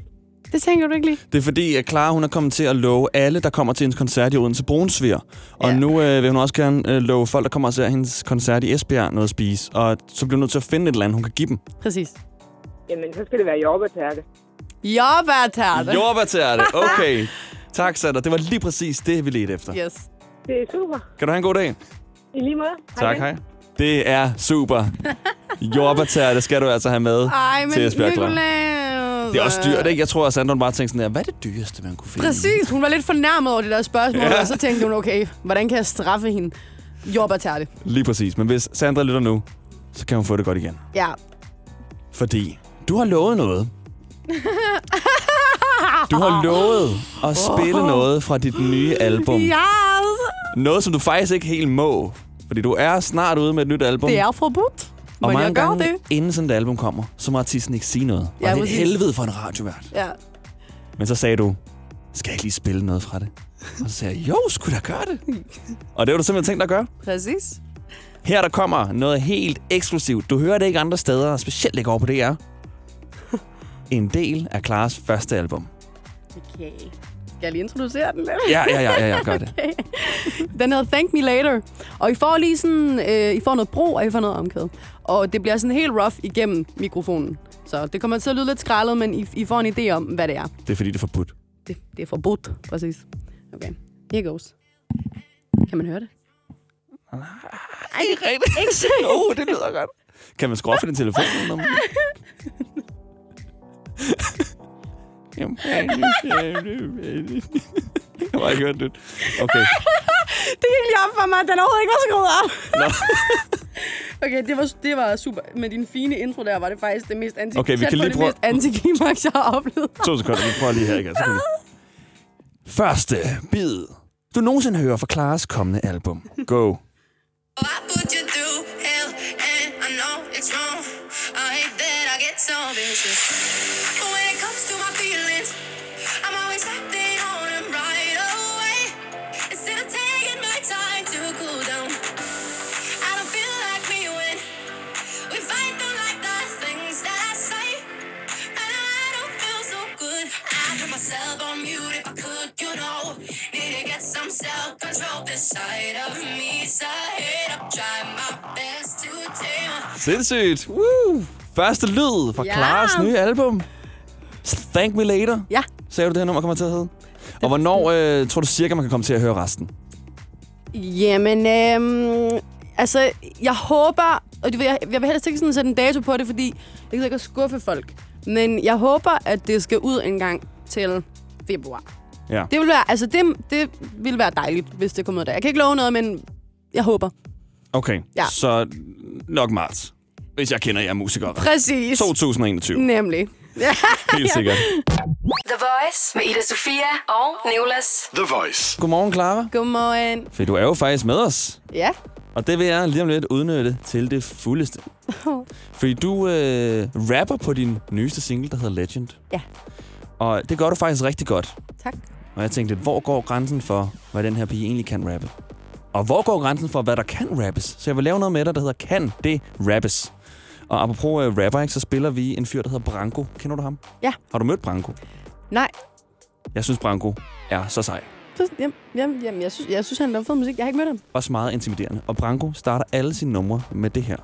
D: Det tænker du ikke lige?
B: Det er fordi, at Clara hun er kommet til at love alle, der kommer til hendes koncert i Odense Brunsviger. Og ja. nu øh, vil hun også gerne øh, love folk, der kommer og ser hendes koncert i Esbjerg, noget at spise. Og så bliver hun nødt til at finde et eller andet, hun kan give dem.
D: Præcis.
K: Jamen, så skal det være jordbærtærte.
D: Jordbærtærte.
B: Jordbærtærte, okay. tak, Sander. Det var lige præcis det, vi ledte efter.
D: Yes.
K: Det er super.
B: Kan du have en god dag?
K: I lige måde.
B: tak, hej. Det er super. Jordbærtærte skal du altså have med
D: Ej, men
B: til Esbjerg Clara.
D: Nicolas.
B: Det er også dyrt, ikke? Jeg tror, at Sandra bare tænkte sådan her, hvad er det dyreste, man kunne finde?
D: Præcis, hun var lidt fornærmet over det der spørgsmål,
B: Ja.
D: ja. og så tænkte hun, okay, hvordan kan jeg straffe hende? Jordbærtærte.
B: Lige præcis. Men hvis Sandra lytter nu, så kan hun få det godt igen.
D: Ja.
B: Fordi du har lovet noget. Du har lovet at spille noget fra dit nye album.
D: Yes.
B: Noget, som du faktisk ikke helt må. Fordi du er snart ude med et nyt album.
D: Det er forbudt.
B: Og
D: Men
B: mange
D: jeg gør
B: gange,
D: det.
B: inden sådan et album kommer, så må artisten ikke sige noget. Og
D: Ja,
B: det er et
D: præcis.
B: helvede for en radiovært.
D: Ja.
B: Men så sagde du, skal jeg ikke lige spille noget fra det? Og så sagde jeg, jo, skulle da gøre det. Og det har du simpelthen tænkt dig at gøre.
D: Præcis.
B: Her der kommer noget helt eksklusivt. Du hører det ikke andre steder, og specielt ikke over på DR. En del af Klares første album.
D: Okay. Skal jeg lige introducere den lidt?
B: Ja, ja, ja, ja, ja, gør det.
D: Okay. Den hedder Thank Me Later. Og I får lige sådan, øh, I får noget bro, og I får noget omkæde. Og det bliver sådan helt rough igennem mikrofonen. Så det kommer til at lyde lidt skrællet, men I, I får en idé om, hvad det er.
B: Det er fordi, det er forbudt.
D: Det, det er forbudt, præcis. Okay, here goes. Kan man høre det?
B: Ej, det er rigtigt. Ikke oh, det lyder godt. Kan man skrue for din telefon? når man- Jamen, Jeg har ikke hørt det. Okay.
D: det gik lige op for mig, at den overhovedet ikke var skruet op.
B: Nå.
D: okay, det var, det var super. Med din fine intro der, var det faktisk det mest anti
B: Okay, vi
D: tæt
B: kan
D: på
B: lige
D: det
B: prøve-
D: mest antiklimaks, jeg har oplevet.
B: To sekunder, vi prøver lige her igen. Så kan vi- Første bid, du nogensinde hører fra Klares kommende album. Go.
L: put you through hell, and I know it's wrong. I hate that I get so vicious. But when it comes to my feelings, I'm always acting on 'em right away. Instead of taking my time to cool down, I don't feel like me when we fight through like the things that I say. And I don't feel so good. I put myself on mute if I could, you know. Need to get some self control. This side of me's a hit. I'm trying my best to tame.
B: Sindssygt. Woo. Første lyd fra
L: Ja.
B: Klares nye album. Thank Me Later.
D: Ja.
B: Sagde du, det her nummer kommer til at hedde? Og hvornår øh, tror du cirka, man kan komme til at høre resten?
D: Jamen, øhm, altså, jeg håber... Og du ved, jeg, jeg vil helst ikke sådan sætte en dato på det, fordi jeg kan ikke at skuffe folk. Men jeg håber, at det skal ud en gang til februar.
B: Ja.
D: Det vil være, altså det, det vil være dejligt, hvis det kommer ud der. Jeg kan ikke love noget, men jeg håber.
B: Okay,
D: Ja.
B: så nok marts. Hvis jeg kender jer musikere.
D: Præcis.
B: 2021.
D: Nemlig.
B: Helt sikkert.
A: The Voice med Ida Sofia og Nicolas.
B: The Voice. Godmorgen, Clara.
D: Godmorgen.
B: For du er jo faktisk med os.
D: Ja.
B: Og det vil jeg lige om lidt udnytte til det fuldeste. Fordi du øh, rapper på din nyeste single, der hedder Legend.
D: Ja.
B: Og det gør du faktisk rigtig godt.
D: Tak.
B: Og jeg tænkte, hvor går grænsen for, hvad den her pige egentlig kan rappe? Og hvor går grænsen for, hvad der kan rappes? Så jeg vil lave noget med dig, der hedder Kan det rappes? Og apropos øh, rapper, ikke, så spiller vi en fyr, der hedder Branko. Kender du ham?
D: Ja.
B: Har du mødt Branko?
D: Nej.
B: Jeg synes, Branko er så sej.
D: Så- Jamen, jamen, jamen jeg, synes, jeg synes, han laver fed musik. Jeg har ikke mødt ham.
B: Også meget intimiderende. Og Branko starter alle sine numre med det her.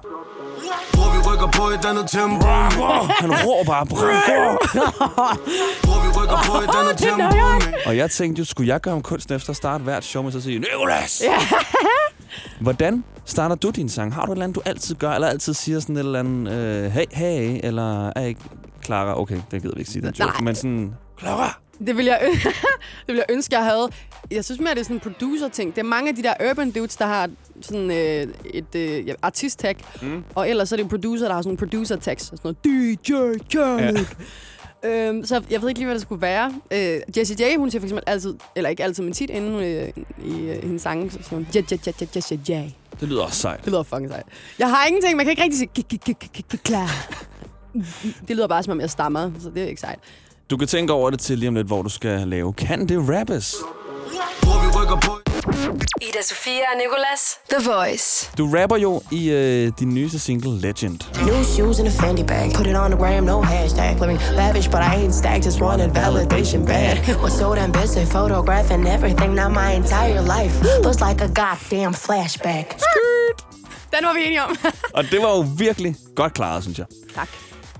M: Bror, vi rykker på et andet tempo.
B: Han råber Branko.
M: Bror, vi rykker på et andet tempo.
B: Og jeg tænkte jo, skulle jeg gøre om kunsten efter at starte hvert show med så at sige, Nicolas!
M: Ja.
B: Hvordan starter du din sang? Har du et eller andet, du altid gør, eller altid siger sådan et eller andet, øh, hey, hey, eller er ikke Clara? Okay, det gider vi ikke sige, den joke.
D: Nej.
B: Men sådan, Clara!
D: Det vil jeg, ø- det vil jeg ønske, jeg havde. Jeg synes mere, det er sådan en producer-ting. Det er mange af de der urban dudes, der har sådan øh, et øh, ja, artist-tag. Mm. Og ellers så er det en producer, der har sådan en producer-tags. Sådan noget DJ Khaled. Ja. Øhm, så jeg ved ikke lige, hvad det skulle være. Øh, Jessie J, hun siger for eksempel altid, eller ikke altid, men tit inden øh, i øh, hendes sange, så siger hun, ja, ja, ja, ja, Jessie J.
B: Det lyder også sejt.
D: Det lyder fucking sejt. Jeg har ingenting, man kan ikke rigtig sige, "K- k- k- k- k- klar. Det lyder bare, som om jeg stammer, så det er ikke sejt.
B: Du kan tænke over det til lige om lidt, hvor du skal lave Kan det rappes?
M: Bror, vi rykker på
A: Ida Sofia og Nicolas. The Voice.
B: Du rapper jo i øh, din nyeste single, Legend.
N: New shoes in a Fendi bag. Put it on the gram, no hashtag. Living lavish, but I ain't stacked. Just wanted validation bad. Was so damn busy photographing everything. Now my entire life looks like a goddamn flashback.
E: Den var vi enige om.
B: Og det var jo virkelig godt klaret, synes jeg.
E: Tak.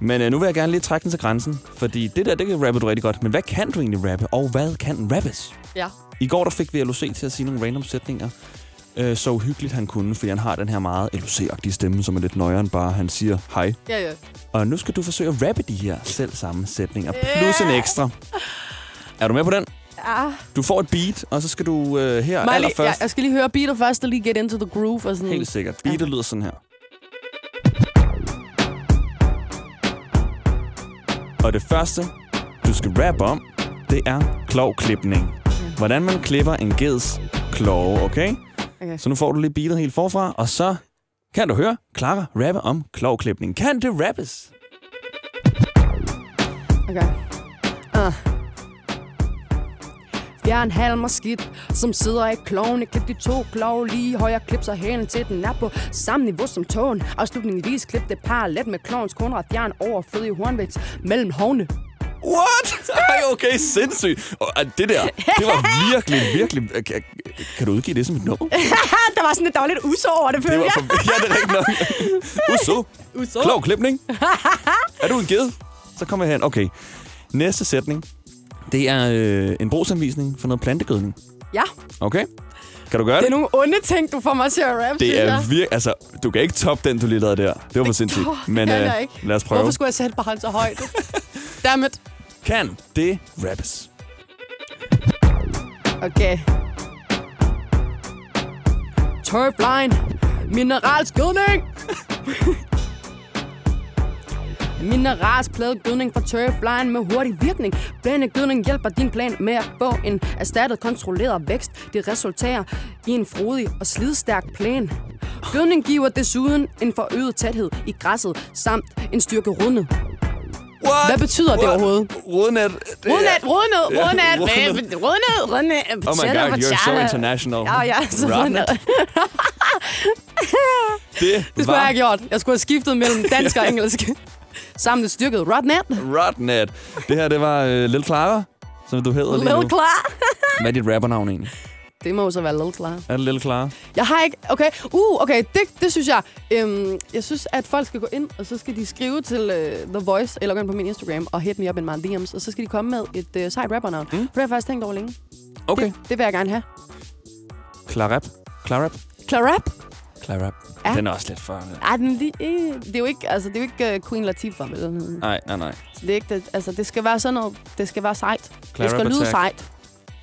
B: Men øh, nu vil jeg gerne lige trække den til grænsen, fordi det der, det kan rapper du rigtig godt. Men hvad kan du egentlig rappe, og hvad kan rappes?
E: Ja.
B: I går der fik vi LOC til at sige nogle random sætninger. Øh, så uhyggeligt han kunne, fordi han har den her meget LOC-agtige stemme, som er lidt nøjere end bare, han siger hej.
E: Ja, ja.
B: Og nu skal du forsøge at rappe de her selv samme sætninger, plus en ekstra. Er du med på den?
D: Ah.
B: Du får et beat, og så skal du øh, her
D: Må jeg lige-
B: allerførst...
D: ja, jeg skal lige høre beatet først, og lige get into the groove og sådan.
B: Helt sikkert. Beatet lyder sådan her. Og det første, du skal rappe om, det er klovklipning. Hvordan man klipper en geds kloge, okay?
D: Okay.
B: Så nu får du lige beatet helt forfra, og så kan du høre Clara rappe om klovklipning. Kan det rappes?
D: Okay. Uh. Fjern halm og skidt, som sidder i klovene. Klip de to klov lige højre, klip så hælen til den er på samme niveau som tågen. Afslutningsvis klip det parallelt med klovens kunder og fjern overflødige hornvægt mellem hovne.
H: Ah,
B: What? Ej, okay, sindssygt. Og ah, det der, det var virkelig, virkelig... Kan, kan du udgive det som et nummer?
H: der var sådan lidt, der var lidt uså over det,
B: Det
H: føler
B: var
H: jeg.
B: for... Ja, det er rigtigt nok. Uso.
H: Uso.
B: Klog klipning. er du en ged? Så kommer jeg hen. Okay. Næste sætning. Det er øh, en brugsanvisning for noget plantegødning.
D: Ja,
B: Okay? Kan du gøre det?
D: det er nogle onde ting, du får mig til at rappe, synes
B: det
D: jeg.
B: er virkelig... Altså, du kan ikke toppe den, du lige lavede der. Det var for sindssygt.
D: Åh, det
B: Men
D: kan
B: øh,
D: jeg ikke.
B: lad os prøve.
D: Hvorfor skulle jeg sætte barren så højt? Dammit.
B: Kan det rappes?
D: Okay. Turbline. Mineralskydning. Mineralsk gødning fra Turfline med hurtig virkning. Blande gødning hjælper din plan med at få en erstattet kontrolleret vækst. Det resulterer i en frodig og slidstærk plan. Gødning giver desuden en forøget tæthed i græsset samt en styrke rodnet.
B: What?
D: Hvad betyder det overhovedet?
B: Rodnet. det er-
D: Rodnet, rodnet,
B: Ja,
D: rodnet.
B: rodnet.
D: Rodnet, rodnet.
B: Oh my
D: Potato,
B: god, you're so
D: potato.
B: international.
D: Ja, ja, så
B: Rodnet.
D: rodnet.
B: Det,
D: Det skulle
B: var
D: jeg have gjort. Jeg skulle have skiftet mellem dansk og
B: Ja.
D: engelsk. Sammen med styrket Rodnet.
B: Rodnet. Det her, det var øh, Lil Clara, som du hedder lige nu.
D: Little klar.
B: Hvad er dit rappernavn egentlig?
D: Det må jo så være Little klar.
B: Er det Lil Clara?
D: Jeg har ikke... Okay, uh, okay, det, det synes jeg. Øhm, jeg synes, at folk skal gå ind, og så skal de skrive til uh, The Voice, eller gå ind på min Instagram, og hit me up in my DM's, og så skal de komme med et uh, sejt rappernavn. Mm. For det har jeg faktisk tænkt over længe.
B: Okay.
D: Det, det vil jeg gerne have.
B: Clarap? Clarap?
D: Clarap?
B: Clarap.
D: Ja.
B: Den er også lidt for...
D: Ej, den er lige, øh, det er jo ikke, altså, det er jo ikke øh, Queen Latifah eller sådan noget.
B: Nej, nej, nej.
D: Så Det, er ikke, det, altså, det skal være sådan noget. Det skal være sejt.
B: Clara
D: det skal lyde
B: Patak.
D: sejt.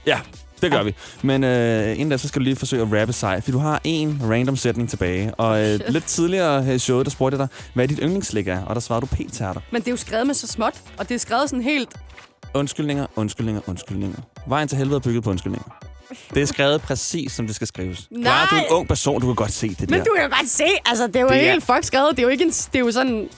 B: Ja, det gør vi. Men øh, inden da, så skal du lige forsøge at rappe sig, for du har en random sætning tilbage. Og øh,
D: Shit.
B: lidt tidligere her i showet, der spurgte jeg dig, hvad dit yndlingslæg er, og der svarede du p-tærter.
D: Men det er jo skrevet med så småt, og det er skrevet sådan helt...
B: Undskyldninger, undskyldninger, undskyldninger. Vejen til helvede er bygget på undskyldninger. Det er skrevet præcis, som det skal skrives.
D: Nej!
B: Clara, du er en ung person, du kan godt se det der.
D: Men du kan jo godt se, altså, det er jo
B: Det er-
D: helt fuck skrevet. Det er jo ikke en, det er jo sådan...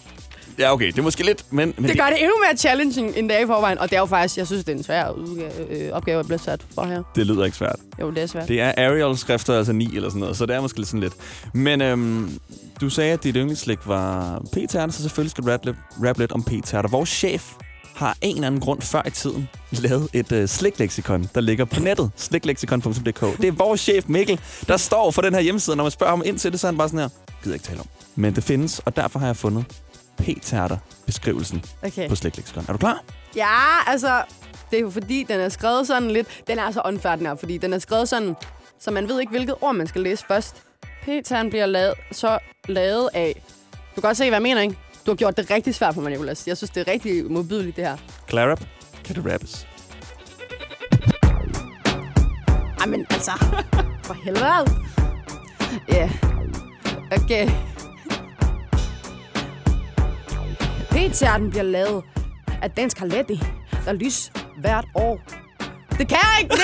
B: Ja, okay, det er måske lidt, men... men
D: det gør det endnu mere challenging, end det er i forvejen. Og det er jo faktisk, jeg synes, det er en svær udga- øh, opgave, jeg bliver sat for her.
B: Det lyder ikke svært.
D: Jo, det er svært.
B: Det er Arial skrifter, altså 9 eller sådan noget, så det er måske lidt sådan lidt. Men øhm, du sagde, at dit yndlingsslik var p-tærter, så selvfølgelig skal du rap lidt, rap lidt om p-tærter. Vores chef har en eller anden grund før i tiden lavet et øh, slikleksikon, der ligger på nettet. Slikleksikon.dk. Det er vores chef Mikkel, der står for den her hjemmeside. og Når man spørger ham ind til det, så er han bare sådan her. Gider ikke tale om. Men det findes, og derfor har jeg fundet p-tærter beskrivelsen
D: Okay.
B: på slikleksikon. Er du klar?
D: Ja, altså, det er jo fordi, den er skrevet sådan lidt... Den er så unfair, den her, fordi den er skrevet sådan, så man ved ikke, hvilket ord man skal læse først. Peteren bliver lavet, så lavet af... Du kan godt se, hvad jeg mener, ikke? Du har gjort det rigtig svært for mig, Nicolas. Jeg synes, det er rigtig modbydeligt, det her.
B: Clarap, kan det rappes?
D: Ej, men altså... For helvede. Ja. Yeah. Okay. P-tærten bliver lavet af Dansk Harletti, der lys hvert år. Det kan jeg ikke, det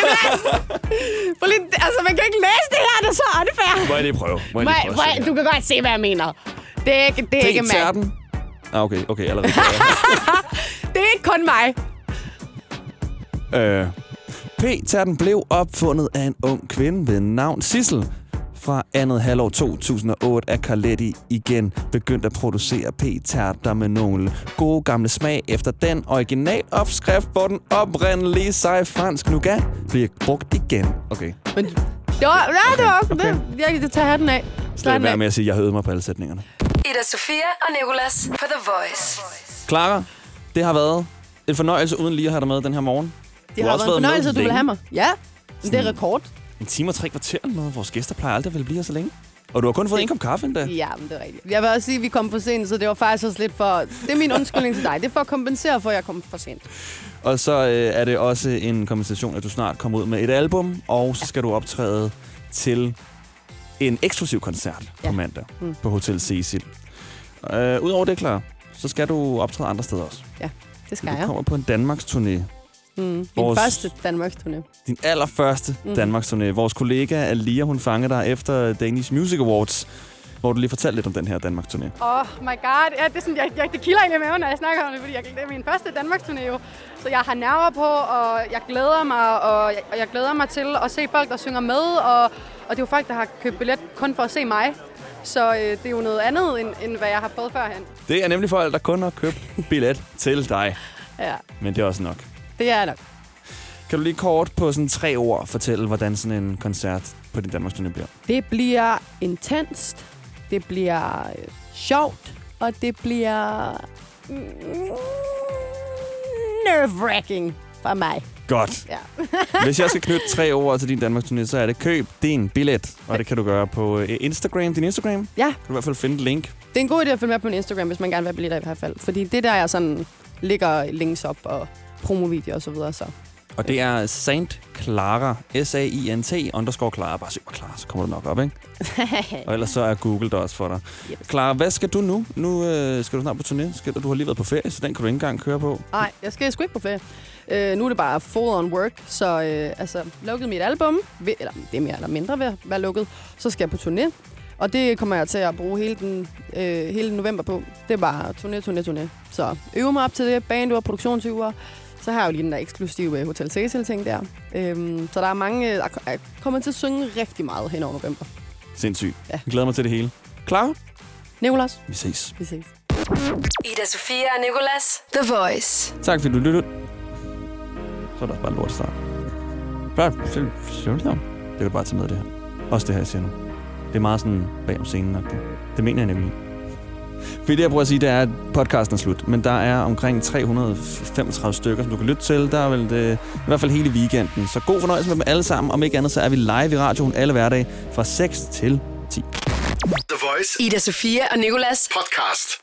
D: For lige, altså, man kan ikke læse det her, det er så unfair.
B: Må jeg lige prøve? Må jeg lige prøve?
D: Må, må, du kan godt se, hvad jeg mener. Det er ikke, det er ikke mig.
B: P-tærten? Ah, okay, okay, allerede.
D: Det er ikke kun mig.
B: Øh, P-terten blev opfundet af en ung kvinde ved navn Sissel. Fra andet halvår 2008 er Carletti igen begyndt at producere p-tærter med nogle gode gamle smag efter den original opskrift, hvor den oprindelige seje fransk nougat bliver brugt igen. Okay, det
D: Men det var, nej, det var også okay. det. Jeg, det tager hatten af.
B: er
D: Slap
B: værd
D: af.
B: med at sige, at jeg høvede mig på alle sætningerne.
A: Ida Sofia og Nicolas på The Voice.
B: Clara, det har været en fornøjelse uden lige at have dig med den her morgen.
D: Det
B: Du
D: har
B: også
D: været en fornøjelse,
B: med
D: at du vil
B: længe.
D: have mig. Ja, det er rekord.
B: En time og tre kvarter eller noget. Vores gæster plejer aldrig at ville blive her så længe. Og du har kun fået en kop kaffe endda.
D: Ja, men det er rigtigt. Jeg vil også sige, at vi kom for sent, så det var faktisk også lidt for... Det er min undskyldning til dig. Det er for at kompensere for, at jeg kom for sent.
B: Og så øh, er det også en kompensation, at du snart kommer ud med et album, og så skal du optræde til en eksklusiv koncert ja. på mandag
D: Mm.
B: mm. på Hotel Cecil. Øh, Udover det, klar, så skal du optræde andre steder også.
D: Ja, det skal
B: Du
D: jeg.
B: kommer på en Danmarks turné.
D: Mm. Min
B: Vores-
D: første Danmarks turné.
B: Din allerførste
D: Mhm.
B: mm. Danmarks turné. Vores kollega Alia, hun fangede dig efter Danish Music Awards, hvor du lige fortalte lidt om den her Danmarks turné.
E: Oh my god, ja, det, er sådan, jeg, jeg, det kilder egentlig i maven, når jeg snakker om det, fordi jeg, det er min første Danmarks turné jo. Så jeg har nerver på, og jeg glæder mig, og jeg, og jeg glæder mig til at se folk, der synger med, og, og det er jo folk, der har købt billet kun for at se mig. Så øh, det er jo noget andet, end, end hvad jeg har prøvet førhen.
B: Det er nemlig folk, der kun har købt billet til dig.
E: Ja,
B: Men det er også nok.
D: det er nok.
B: Kan du lige kort på sådan tre ord fortælle, hvordan sådan en koncert på din Danmarks turné bliver?
D: Det bliver intenst, det bliver øh, sjovt, og det bliver mm, nerve-wracking for mig.
B: Godt.
D: Ja.
B: Hvis jeg skal knytte tre ord til din Danmarks turné, så er det køb din billet. Og det kan du gøre på øh, Instagram. Din Instagram?
D: Ja.
B: Kan du i hvert fald finde et link.
D: Det er en god idé at følge med på min Instagram, hvis man gerne vil have billetter i hvert fald. Fordi det er der, jeg sådan ligger links op og promovideoer og så videre. Så.
B: Og det er Sant Clara. S-A-I-N-T underscore Clara. Bare søg på Clara, så kommer du nok op, ikke? Og ellers så er Google der også for dig.
D: Yep.
B: Clara, hvad skal du nu? Nu øh, skal du snart på turné. Skal, du har lige været på ferie, så den kan du ikke engang køre på.
D: Nej, jeg skal sgu ikke på ferie. Øh, nu er det bare full on work, så øh, altså, lukket mit album, ved, eller det er mere eller mindre ved at være lukket, så skal jeg på turné. Og det kommer jeg til at bruge hele, den, øh, hele november på. Det er bare turné, turné, turné. Så øve mig op til det, banduer, produktionsuger. Så har jeg jo lige den der eksklusive øh, Hotel Cecil-ting der. Øhm, så der er mange, øh, der ko- er- kommer til at synge rigtig meget hen over november.
B: Sindssygt. Ja. Jeg glæder mig til det hele. Clara,
D: Nicolas,
B: vi ses.
D: vi ses.
A: Ida Sofia og Nicolas. The Voice.
B: Tak fordi du lyttede. Så er der også bare en lort start. Bare selv Det kan du bare tage med det her. Også det her, jeg siger nu. Det er meget sådan bag om scenen -agtigt. Det mener jeg nemlig. Fordi det, jeg prøver at sige, det er, at podcasten er slut. Men der er omkring 335 stykker, som du kan lytte til. Der er vel det, i hvert fald hele weekenden. Så god fornøjelse med dem alle sammen. Om ikke andet, så er vi live i radioen alle hverdage fra 6 til 10.
A: The Voice. Ida Sofia og Nicolas. Podcast.